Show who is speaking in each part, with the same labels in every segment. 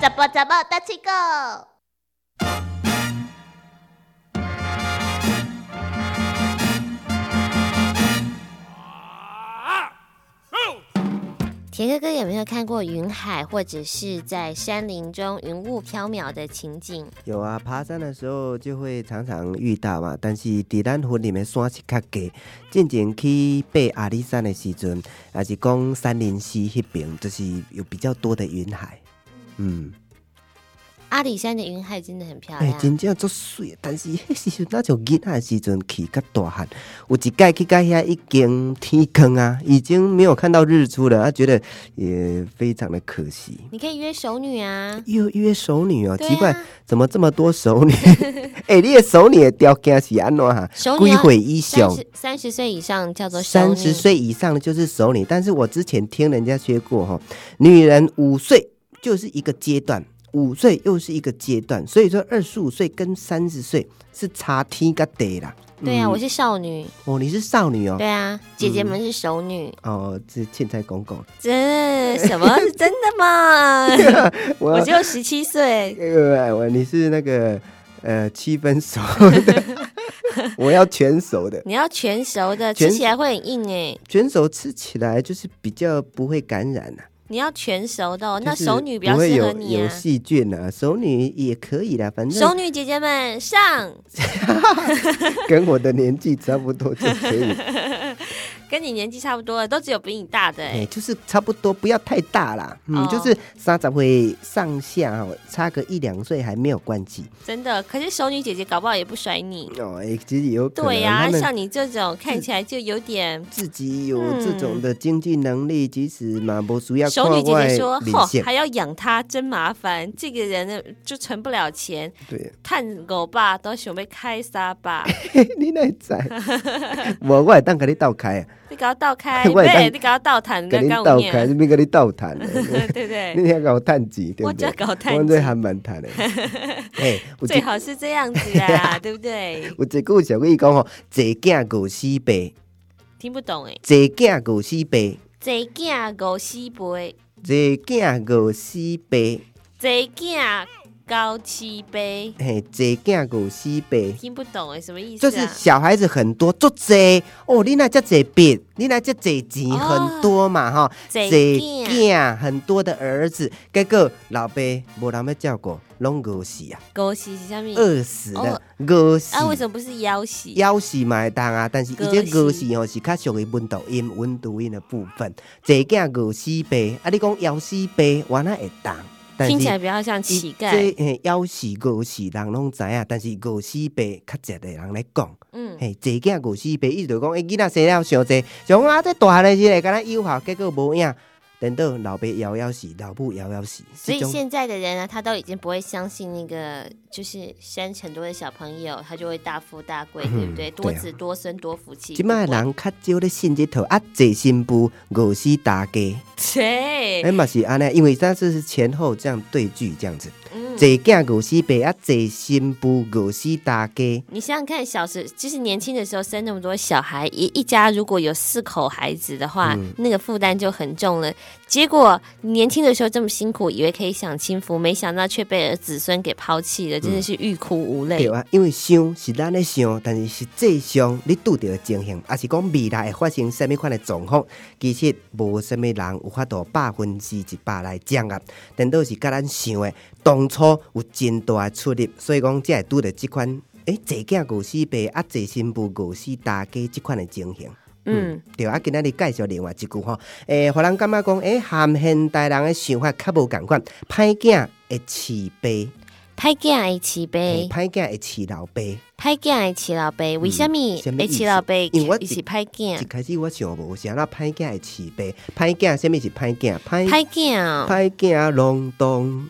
Speaker 1: 怎么怎么大七狗？
Speaker 2: 铁哥哥有没有看过云海或者是在山林中云雾飘渺的情景？
Speaker 3: 有啊，爬山的时候就会常常遇到嘛。但是伫咱云林的山是较低，进前去爬阿里山的时阵，也是讲山林溪迄边，就是有比较多的云海。嗯，
Speaker 2: 阿里山的云海真的很漂
Speaker 3: 哎、
Speaker 2: 亮。
Speaker 3: 真正足水，但是迄时阵咱就囡仔的时阵去较大汉，有一届去到遐已经天光啊，已经没有看到日出了，他、啊觉得也非常的可惜。
Speaker 2: 你可以约熟女啊。
Speaker 3: 又约熟女哦，
Speaker 2: 对啊
Speaker 3: 奇怪，怎么这么多 熟女？哎、你的熟女的条件是安怎哦哈？
Speaker 2: 熟女
Speaker 3: 几
Speaker 2: 要
Speaker 3: 岁以
Speaker 2: 三
Speaker 3: 上？
Speaker 2: 十三十岁以上叫做熟女
Speaker 3: 三十，岁以上的就是熟女，但是我之前听人家说过哈，女人五岁就是一个阶段，五岁又是一个阶段，所以说二十五岁跟三十岁是差天个地啦。
Speaker 2: 对啊，
Speaker 3: 嗯
Speaker 2: 我是少女，
Speaker 3: 哦，你是少女哦
Speaker 2: 对，啊，姐姐们是熟女，
Speaker 3: 哦，这欠债公公，
Speaker 2: 这什 么是真的吗？
Speaker 3: 我
Speaker 2: 我只有十七岁，
Speaker 3: 呃，我你是那个呃七分熟 的，我要全熟的。
Speaker 2: 你要全熟的，
Speaker 3: 全
Speaker 2: 吃起来会很硬哎。
Speaker 3: 卷手吃起来就是比较不会感染呐、
Speaker 2: 你要全熟的哦，
Speaker 3: 就
Speaker 2: 那
Speaker 3: 是
Speaker 2: 熟女比较
Speaker 3: 不会
Speaker 2: 适合
Speaker 3: 有
Speaker 2: 你
Speaker 3: 有
Speaker 2: 啊。
Speaker 3: 细菌啊，熟女也可以啦，反
Speaker 2: 熟
Speaker 3: 正
Speaker 2: 女姐姐们上，
Speaker 3: 跟我的年纪差不多就 可以，
Speaker 2: 跟你年纪差不多的，都只有比你大的
Speaker 3: 哎、
Speaker 2: 哎。
Speaker 3: 就是差不多，不要太大啦，嗯，
Speaker 2: 哦
Speaker 3: 就是三十岁上下哦，差个一两岁还没有关系
Speaker 2: 真的。可是熟女姐姐搞不好也不甩你。
Speaker 3: 哦，哎、其实有可能
Speaker 2: 对呀、
Speaker 3: 他们
Speaker 2: 像你这种看起来就有点
Speaker 3: 自己有这种的经济能力，即使嘛不需要
Speaker 2: 嗯熟女姐姐说，
Speaker 3: 领
Speaker 2: 吼，
Speaker 3: 先，
Speaker 2: 还要养她，真麻烦。这个人呢，就存不了钱，
Speaker 3: 对， 哎
Speaker 2: 探狗吧都想要开杀吧，
Speaker 3: 你那 在，我我也当给你倒开啊，
Speaker 2: 你搞倒开，
Speaker 3: 我也当
Speaker 2: 对，你搞倒谈，
Speaker 3: 给
Speaker 2: 你
Speaker 3: 你
Speaker 2: 搞
Speaker 3: 倒开，
Speaker 2: 念，啊
Speaker 3: 这边给你倒谈的。
Speaker 2: 对不对？
Speaker 3: 你要搞趁钱，对
Speaker 2: 哎我
Speaker 3: 不对
Speaker 2: 只？搞
Speaker 3: 我
Speaker 2: 探
Speaker 3: 这还蛮 趁的。哎，有
Speaker 2: 最
Speaker 3: 一
Speaker 2: 好是这样子 啊，对不对？
Speaker 3: 有一句小语讲吼，坐囝狗死白，
Speaker 2: 听不懂哎，
Speaker 3: 坐囝狗死白，
Speaker 2: 贼囝狗西杯，
Speaker 3: 坐囝狗死白，
Speaker 2: 贼囝高七杯，
Speaker 3: 嘿，坐囝狗死白。
Speaker 2: 听不懂哎，什么意思
Speaker 3: 就
Speaker 2: 啊？
Speaker 3: 是小孩子很多，做多哦，你那叫坐笔，你那叫坐钱
Speaker 2: 哦
Speaker 3: 很多嘛哈，
Speaker 2: 坐
Speaker 3: 坐
Speaker 2: 囝
Speaker 3: 囝很多的儿子，结果老爸无人要照顾，拢饿死啊，
Speaker 2: 狗西是啥物？
Speaker 3: 饿死了
Speaker 2: 哦，
Speaker 3: 饿死。
Speaker 2: 啊，为什么不是腰西？
Speaker 3: 枵是嘛会当啊，但是伊这饿是吼是较属于温度音、温度音的部分。坐囝饿死白，啊你讲枵死白，我那会当。但
Speaker 2: 听起来
Speaker 3: 是
Speaker 2: 比较像
Speaker 3: 伊
Speaker 2: 乞丐。
Speaker 3: 这嘿枵死饿死人拢知影，但是饿死白较侪的人来讲，
Speaker 2: 嗯，
Speaker 3: 嘿坐囝饿死白，伊就讲诶哎囡仔生了伤侪，像我啊这大汉的时候敢若幼校，结果无影，等到老爸枵枵死，老母枵枵死，
Speaker 2: 所以
Speaker 3: 这种
Speaker 2: 现在的人呢，啊他都已经不会相信那个，就是生很多的小朋友，他就会大富大贵，对不对？多
Speaker 3: 对啊
Speaker 2: 子多孙多福气。
Speaker 3: 即摆
Speaker 2: 不管
Speaker 3: 人较少咧信这套啊，坐新妇饿死大家。
Speaker 2: 谁？
Speaker 3: 哎嘛是安尼，因为咱这是前后这样对句这样子，
Speaker 2: 嗯
Speaker 3: 坐囝五死爸啊，坐新妇五死大家，
Speaker 2: 你想想看，小时就是年轻的时候生那么多小孩，一一家如果有四口孩子的话，
Speaker 3: 嗯
Speaker 2: 那个负担就很重了。结果年轻的时候这么辛苦，以为可以享清福，没想到却被儿子孙给抛弃了，真的是欲哭无泪。
Speaker 3: 对啊，因为想是咱咧想，但是实际上你拄着的情形，也是讲未来会发生什么款的状况，其实无什么人有法度百分之一百来掌握，但都是甲咱想的当初有真大的出入，所以讲才会拄着即款，诶，坐囝五死爸啊，坐新妇五死大家即款的情形。
Speaker 2: 嗯，
Speaker 3: 对啊，今仔日介绍另外一句吼，诶、互人感觉讲，诶、含现代人的想法较无共款，歹囝会饲爸，
Speaker 2: 拍囝爱起呗，
Speaker 3: 诶歹囝会饲老爸。
Speaker 2: 拍囝爱起老呗，为什么
Speaker 3: 嗯什么
Speaker 2: 会
Speaker 3: 意思
Speaker 2: 起老呗？
Speaker 3: 因为我
Speaker 2: 一起拍
Speaker 3: 一
Speaker 2: 囝，
Speaker 3: 开始我想无，啥那歹囝会饲爸，歹囝什物是歹囝？歹
Speaker 2: 拍囝哦，
Speaker 3: 歹囝拢当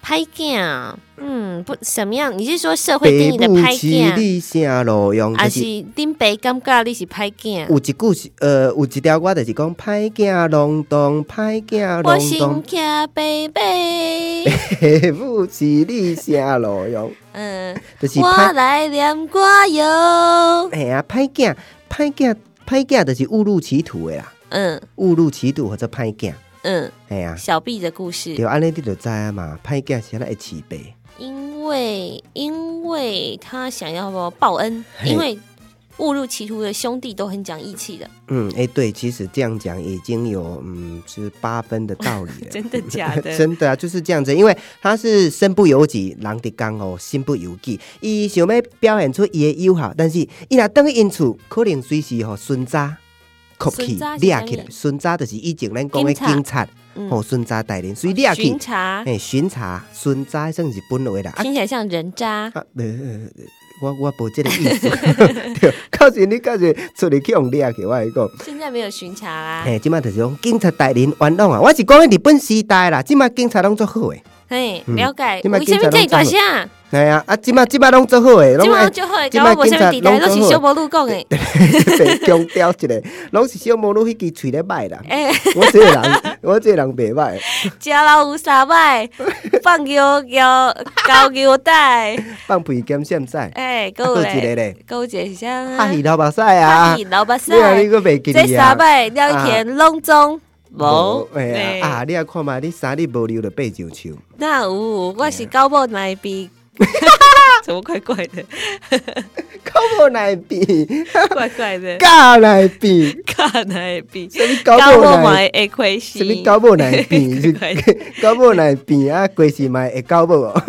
Speaker 2: 拍囝，嗯，不什么样？你是说社会定义
Speaker 3: 北
Speaker 2: 的
Speaker 3: 部
Speaker 2: 拍
Speaker 3: 市
Speaker 2: 囝，啊
Speaker 3: 里啥路用？
Speaker 2: 还
Speaker 3: 就是是
Speaker 2: 恁爸感觉你是拍囝？
Speaker 3: 有一句是呃，有一条我就是讲歹囝隆咚，歹囝
Speaker 2: 我
Speaker 3: 隆
Speaker 2: 心
Speaker 3: 咚，
Speaker 2: 卡贝贝，
Speaker 3: 北部市里啥路用？
Speaker 2: 嗯，
Speaker 3: 就是
Speaker 2: 我
Speaker 3: 歹
Speaker 2: 来念歌哟，
Speaker 3: 哎呀，歹囝，歹囝，歹囝就是误入歧途的啦，
Speaker 2: 嗯
Speaker 3: 误入歧途或者歹囝，
Speaker 2: 嗯，
Speaker 3: 哎呀，
Speaker 2: 小 B 的故事
Speaker 3: 对，。安尼你就知啊嘛，歹囝是咱会饲白，
Speaker 2: 因为因为他想要报恩，
Speaker 3: 嘿
Speaker 2: 因为误入歧途的兄弟都很讲义气的，
Speaker 3: 嗯，哎、对，其实这样讲已经有嗯，就是八分的道理了。
Speaker 2: 真的假的？
Speaker 3: 真的啊，就是这样子，因为他是身不由己，人伫江湖，身不由己。伊想要表现出伊的友好，但是伊若等去因厝，可能随时吼孙渣、哭
Speaker 2: 孙
Speaker 3: 去
Speaker 2: 渣是
Speaker 3: 掠起来
Speaker 2: 啥。物
Speaker 3: 孙渣就是以前咱讲的
Speaker 2: 警察
Speaker 3: 警察，吼
Speaker 2: 嗯，哦
Speaker 3: 孙渣带领，所以掠去
Speaker 2: 巡，查
Speaker 3: 嘿，巡查孙渣算是本位啦。啊
Speaker 2: 听起来像人渣，
Speaker 3: 啊，呃呃我我无这个意 思，对，到时你到时出去去用掠去，我来讲。
Speaker 2: 现在没有巡查啦。
Speaker 3: 嘿，即马就是讲警察大人冤枉啊！我是讲日本时代啦，即马警察拢做好诶。
Speaker 2: 嘿，
Speaker 3: 嗯
Speaker 2: 了解。
Speaker 3: 你嘛
Speaker 2: 为什么这大声？
Speaker 3: 系啊，啊，即马即马拢做好诶，
Speaker 2: 今
Speaker 3: 拢
Speaker 2: 晚
Speaker 3: 爱
Speaker 2: 就好，
Speaker 3: 这
Speaker 2: 搞我无
Speaker 3: 今
Speaker 2: 什
Speaker 3: 晚
Speaker 2: 么
Speaker 3: 警
Speaker 2: 地带，
Speaker 3: 察拢
Speaker 2: 都是
Speaker 3: 做
Speaker 2: 小无路讲的。
Speaker 3: 被强调一个，拢是小魔女迄支喙咧歹 啦。
Speaker 2: 哎，
Speaker 3: 我这个人，我这个人袂歹，
Speaker 2: 食老有三摆， 放牛牛高牛带，
Speaker 3: 放屁兼现在，啊，
Speaker 2: 哎，够
Speaker 3: 还有一个
Speaker 2: 嘞，
Speaker 3: 咧，
Speaker 2: 够一下
Speaker 3: 哈戏老目屎啊，
Speaker 2: 哈老板
Speaker 3: 你啊，你
Speaker 2: 塞，
Speaker 3: 个袂记
Speaker 2: 这
Speaker 3: 得
Speaker 2: 三
Speaker 3: 啊？
Speaker 2: 摆两天拢中无。
Speaker 3: 哎
Speaker 2: 嘿
Speaker 3: 呀，啊，你啊看嘛，你三日无溜就爬上 树，
Speaker 2: 那有，我
Speaker 3: 哎
Speaker 2: 是高帽奶 比， 怎么怪怪的，
Speaker 3: 靠无来 比，
Speaker 2: 怪怪的，
Speaker 3: 假来 比，
Speaker 2: 高奶比，
Speaker 3: 什么
Speaker 2: 高
Speaker 3: 搞无
Speaker 2: 帽
Speaker 3: 来
Speaker 2: 奶会亏
Speaker 3: 什
Speaker 2: 心，？
Speaker 3: 么狗某来变
Speaker 2: 怪怪的
Speaker 3: 狗某来变啊，规是嘛会狗某哦。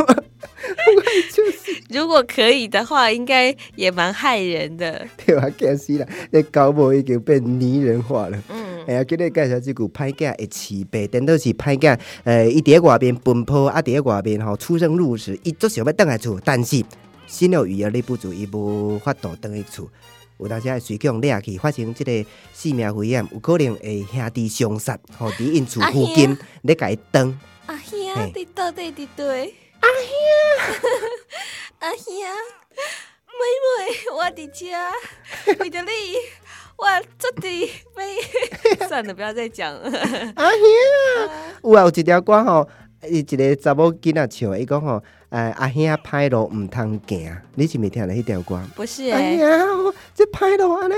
Speaker 2: 如果可以的话，应该也蛮害人的。
Speaker 3: 对啊，惊死啦！这狗某已经变拟人化了。
Speaker 2: 嗯，
Speaker 3: 哎呀，今日介绍这句歹囝会饲白，等到是歹囝，呃，伊伫咧外面奔波，啊，伫咧外面吼出生入死，伊足想要倒来厝，但是心有余而力不足，伊无法度倒去厝。有当时会随强掠去，发生即个性命危险，有可能会兄弟相杀，吼伫因厝附近
Speaker 2: 啊
Speaker 3: 咧甲伊断。
Speaker 2: 阿兄
Speaker 3: 嘿，
Speaker 2: 你到底伫对？ 阿兄，阿兄，妹妹，我伫家，为着你，我做滴妹。 算了，不要再讲了。
Speaker 3: 啊兄啊，有啊，有一条歌吼，伊一个查某囡仔唱的，伊讲吼，呃，阿兄歹路毋通行，你是毋是听了迄条歌？
Speaker 2: 不是
Speaker 3: 哎
Speaker 2: 哎、
Speaker 3: 呀，我这歹路安尼，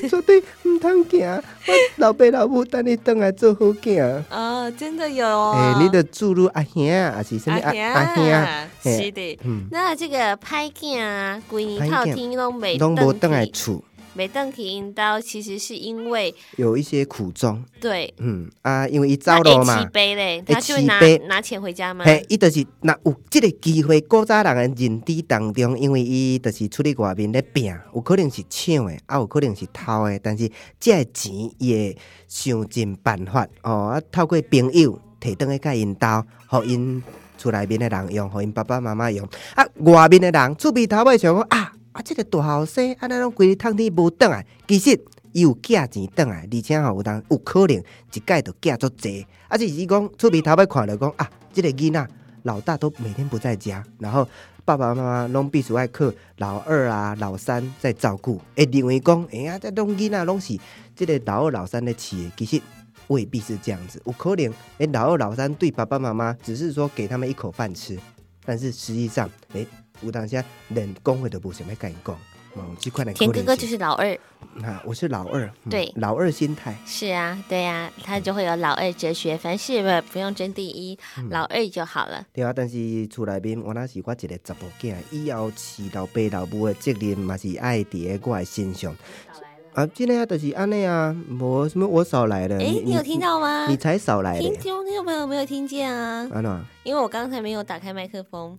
Speaker 3: 你绝对毋通行。我老爸老母等你倒来做好囝。
Speaker 2: 哦，真的有哦。
Speaker 3: 哎、你的注入阿兄啊，还是什么阿阿兄啊？
Speaker 2: 啊
Speaker 3: 嘿
Speaker 2: 是的。
Speaker 3: 嗯，
Speaker 2: 那这个歹囝啊，规年套天拢袂
Speaker 3: 拢无倒来
Speaker 2: 去，
Speaker 3: 厝，
Speaker 2: 袂登去因兜，其实是因为
Speaker 3: 有一些苦衷。
Speaker 2: 对
Speaker 3: 嗯啊，因为伊走
Speaker 2: 哎他
Speaker 3: 路
Speaker 2: H
Speaker 3: 嘛。
Speaker 2: 杯嘞，他就会
Speaker 3: 会
Speaker 2: 拿
Speaker 3: 起杯
Speaker 2: 拿钱回家吗？
Speaker 3: 嘿，伊就是若有即个机会，古早人的认知当中，因为伊就是出去外面咧拼，有可能是抢的，啊，有可能是偷的，但是即个钱伊会想尽办法哦，啊，透过朋友摕倒去甲因兜，互因厝内面的人用，互因爸爸妈妈用，啊，外面的人厝边头尾想讲啊，啊，即、个大后生，安尼拢规日趁天无倒来，其实。伊有寄钱倒来，而且吼有当有可能一届就寄足济，啊，就是伊讲厝边头尾看着讲啊，即、个囡仔老大都每天不在家，然后爸爸妈妈拢必须爱靠老二啊、老三在照顾，会认为讲，哎呀，这拢囡仔拢是即个老二、老三咧饲的，其实未必是这样子，有可能诶，老二、老三对爸爸妈妈只是说给他们一口饭吃，但是实际上，诶，有当下连工会都无想要跟伊讲，嗯，这款的
Speaker 2: 田哥哥就是是老二，
Speaker 3: 啊，我是老二，嗯
Speaker 2: 对
Speaker 3: 老二心态，
Speaker 2: 是啊，对啊，他就会有老二哲学，凡事不不用争第一，老二就好了。
Speaker 3: 对啊，但是厝内面我那是我一个查甫囝，以后饲老爸老母的责任嘛是爱伫咧我的身上。啊，真的啊，就是安尼啊，无什么我少来了。
Speaker 2: 诶，嗯你有听？到吗
Speaker 3: 你？才少来
Speaker 2: 听
Speaker 3: 嘞，
Speaker 2: 听众朋友没有听见啊？
Speaker 3: 安怎？
Speaker 2: 因为我刚才没有打开麦克风。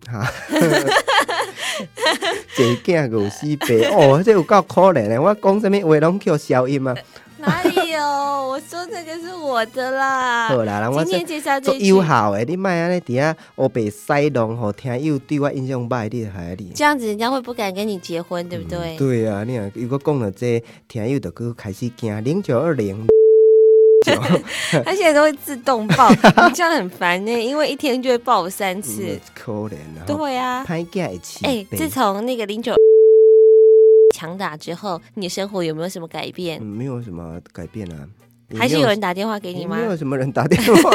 Speaker 3: 这囝有死白 哦，这有够可怜的。我讲什么话拢叫消音啊。
Speaker 2: 哪里有？我说这个是我的啦。
Speaker 3: 好啦，人我
Speaker 2: 啊今
Speaker 3: 说
Speaker 2: 天介绍
Speaker 3: 足
Speaker 2: 这一句
Speaker 3: 友，好的，你莫安尼伫遐黑白塞弄，吼，听友对我印象歹，你就害你。嗯
Speaker 2: 这样子人家会不敢跟你结婚，对不对？
Speaker 3: 对啊，你啊，如果讲了这，听友就去开始惊零九二零。久。
Speaker 2: 它现在都会自动爆， 你这样很烦呢、因为一天就会爆三次
Speaker 3: 嗯。可怜啊！
Speaker 2: 对啊，
Speaker 3: 歹囝会起
Speaker 2: 哎、
Speaker 3: 病
Speaker 2: 自从那个零九强打之后，你的生活有没有什么改变？
Speaker 3: 嗯没有什么改变啊，也
Speaker 2: 还是
Speaker 3: 没
Speaker 2: 有人打电话给你
Speaker 3: 也
Speaker 2: 吗
Speaker 3: 没？有什么人打电话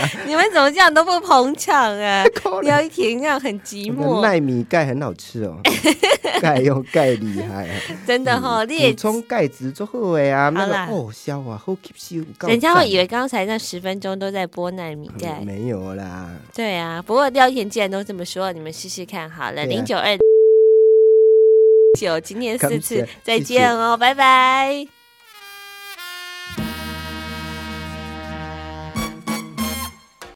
Speaker 3: 啊，
Speaker 2: 你们怎么这样都不捧场 啊？
Speaker 3: 可怜。
Speaker 2: 廖一婷这样很寂
Speaker 3: 我的
Speaker 2: 寞，
Speaker 3: 奈米钙很好 吃哦，钙又钙厉害啊，
Speaker 2: 真的哈、
Speaker 3: 嗯
Speaker 2: 你也
Speaker 3: 补充钙质做好的啊，那
Speaker 2: 好
Speaker 3: 个
Speaker 2: 啦
Speaker 3: 哦消啊，好吸收有够赞。
Speaker 2: 人家会以为刚才那十分钟都在播纳米盖。
Speaker 3: 嗯没有啦，
Speaker 2: 对啊，不过廖一田既然都这么说，你们试试看好了。
Speaker 3: 对啊
Speaker 2: 零九二九，今天四
Speaker 3: 感谢
Speaker 2: 次，再
Speaker 3: 谢谢
Speaker 2: 见哦，拜拜。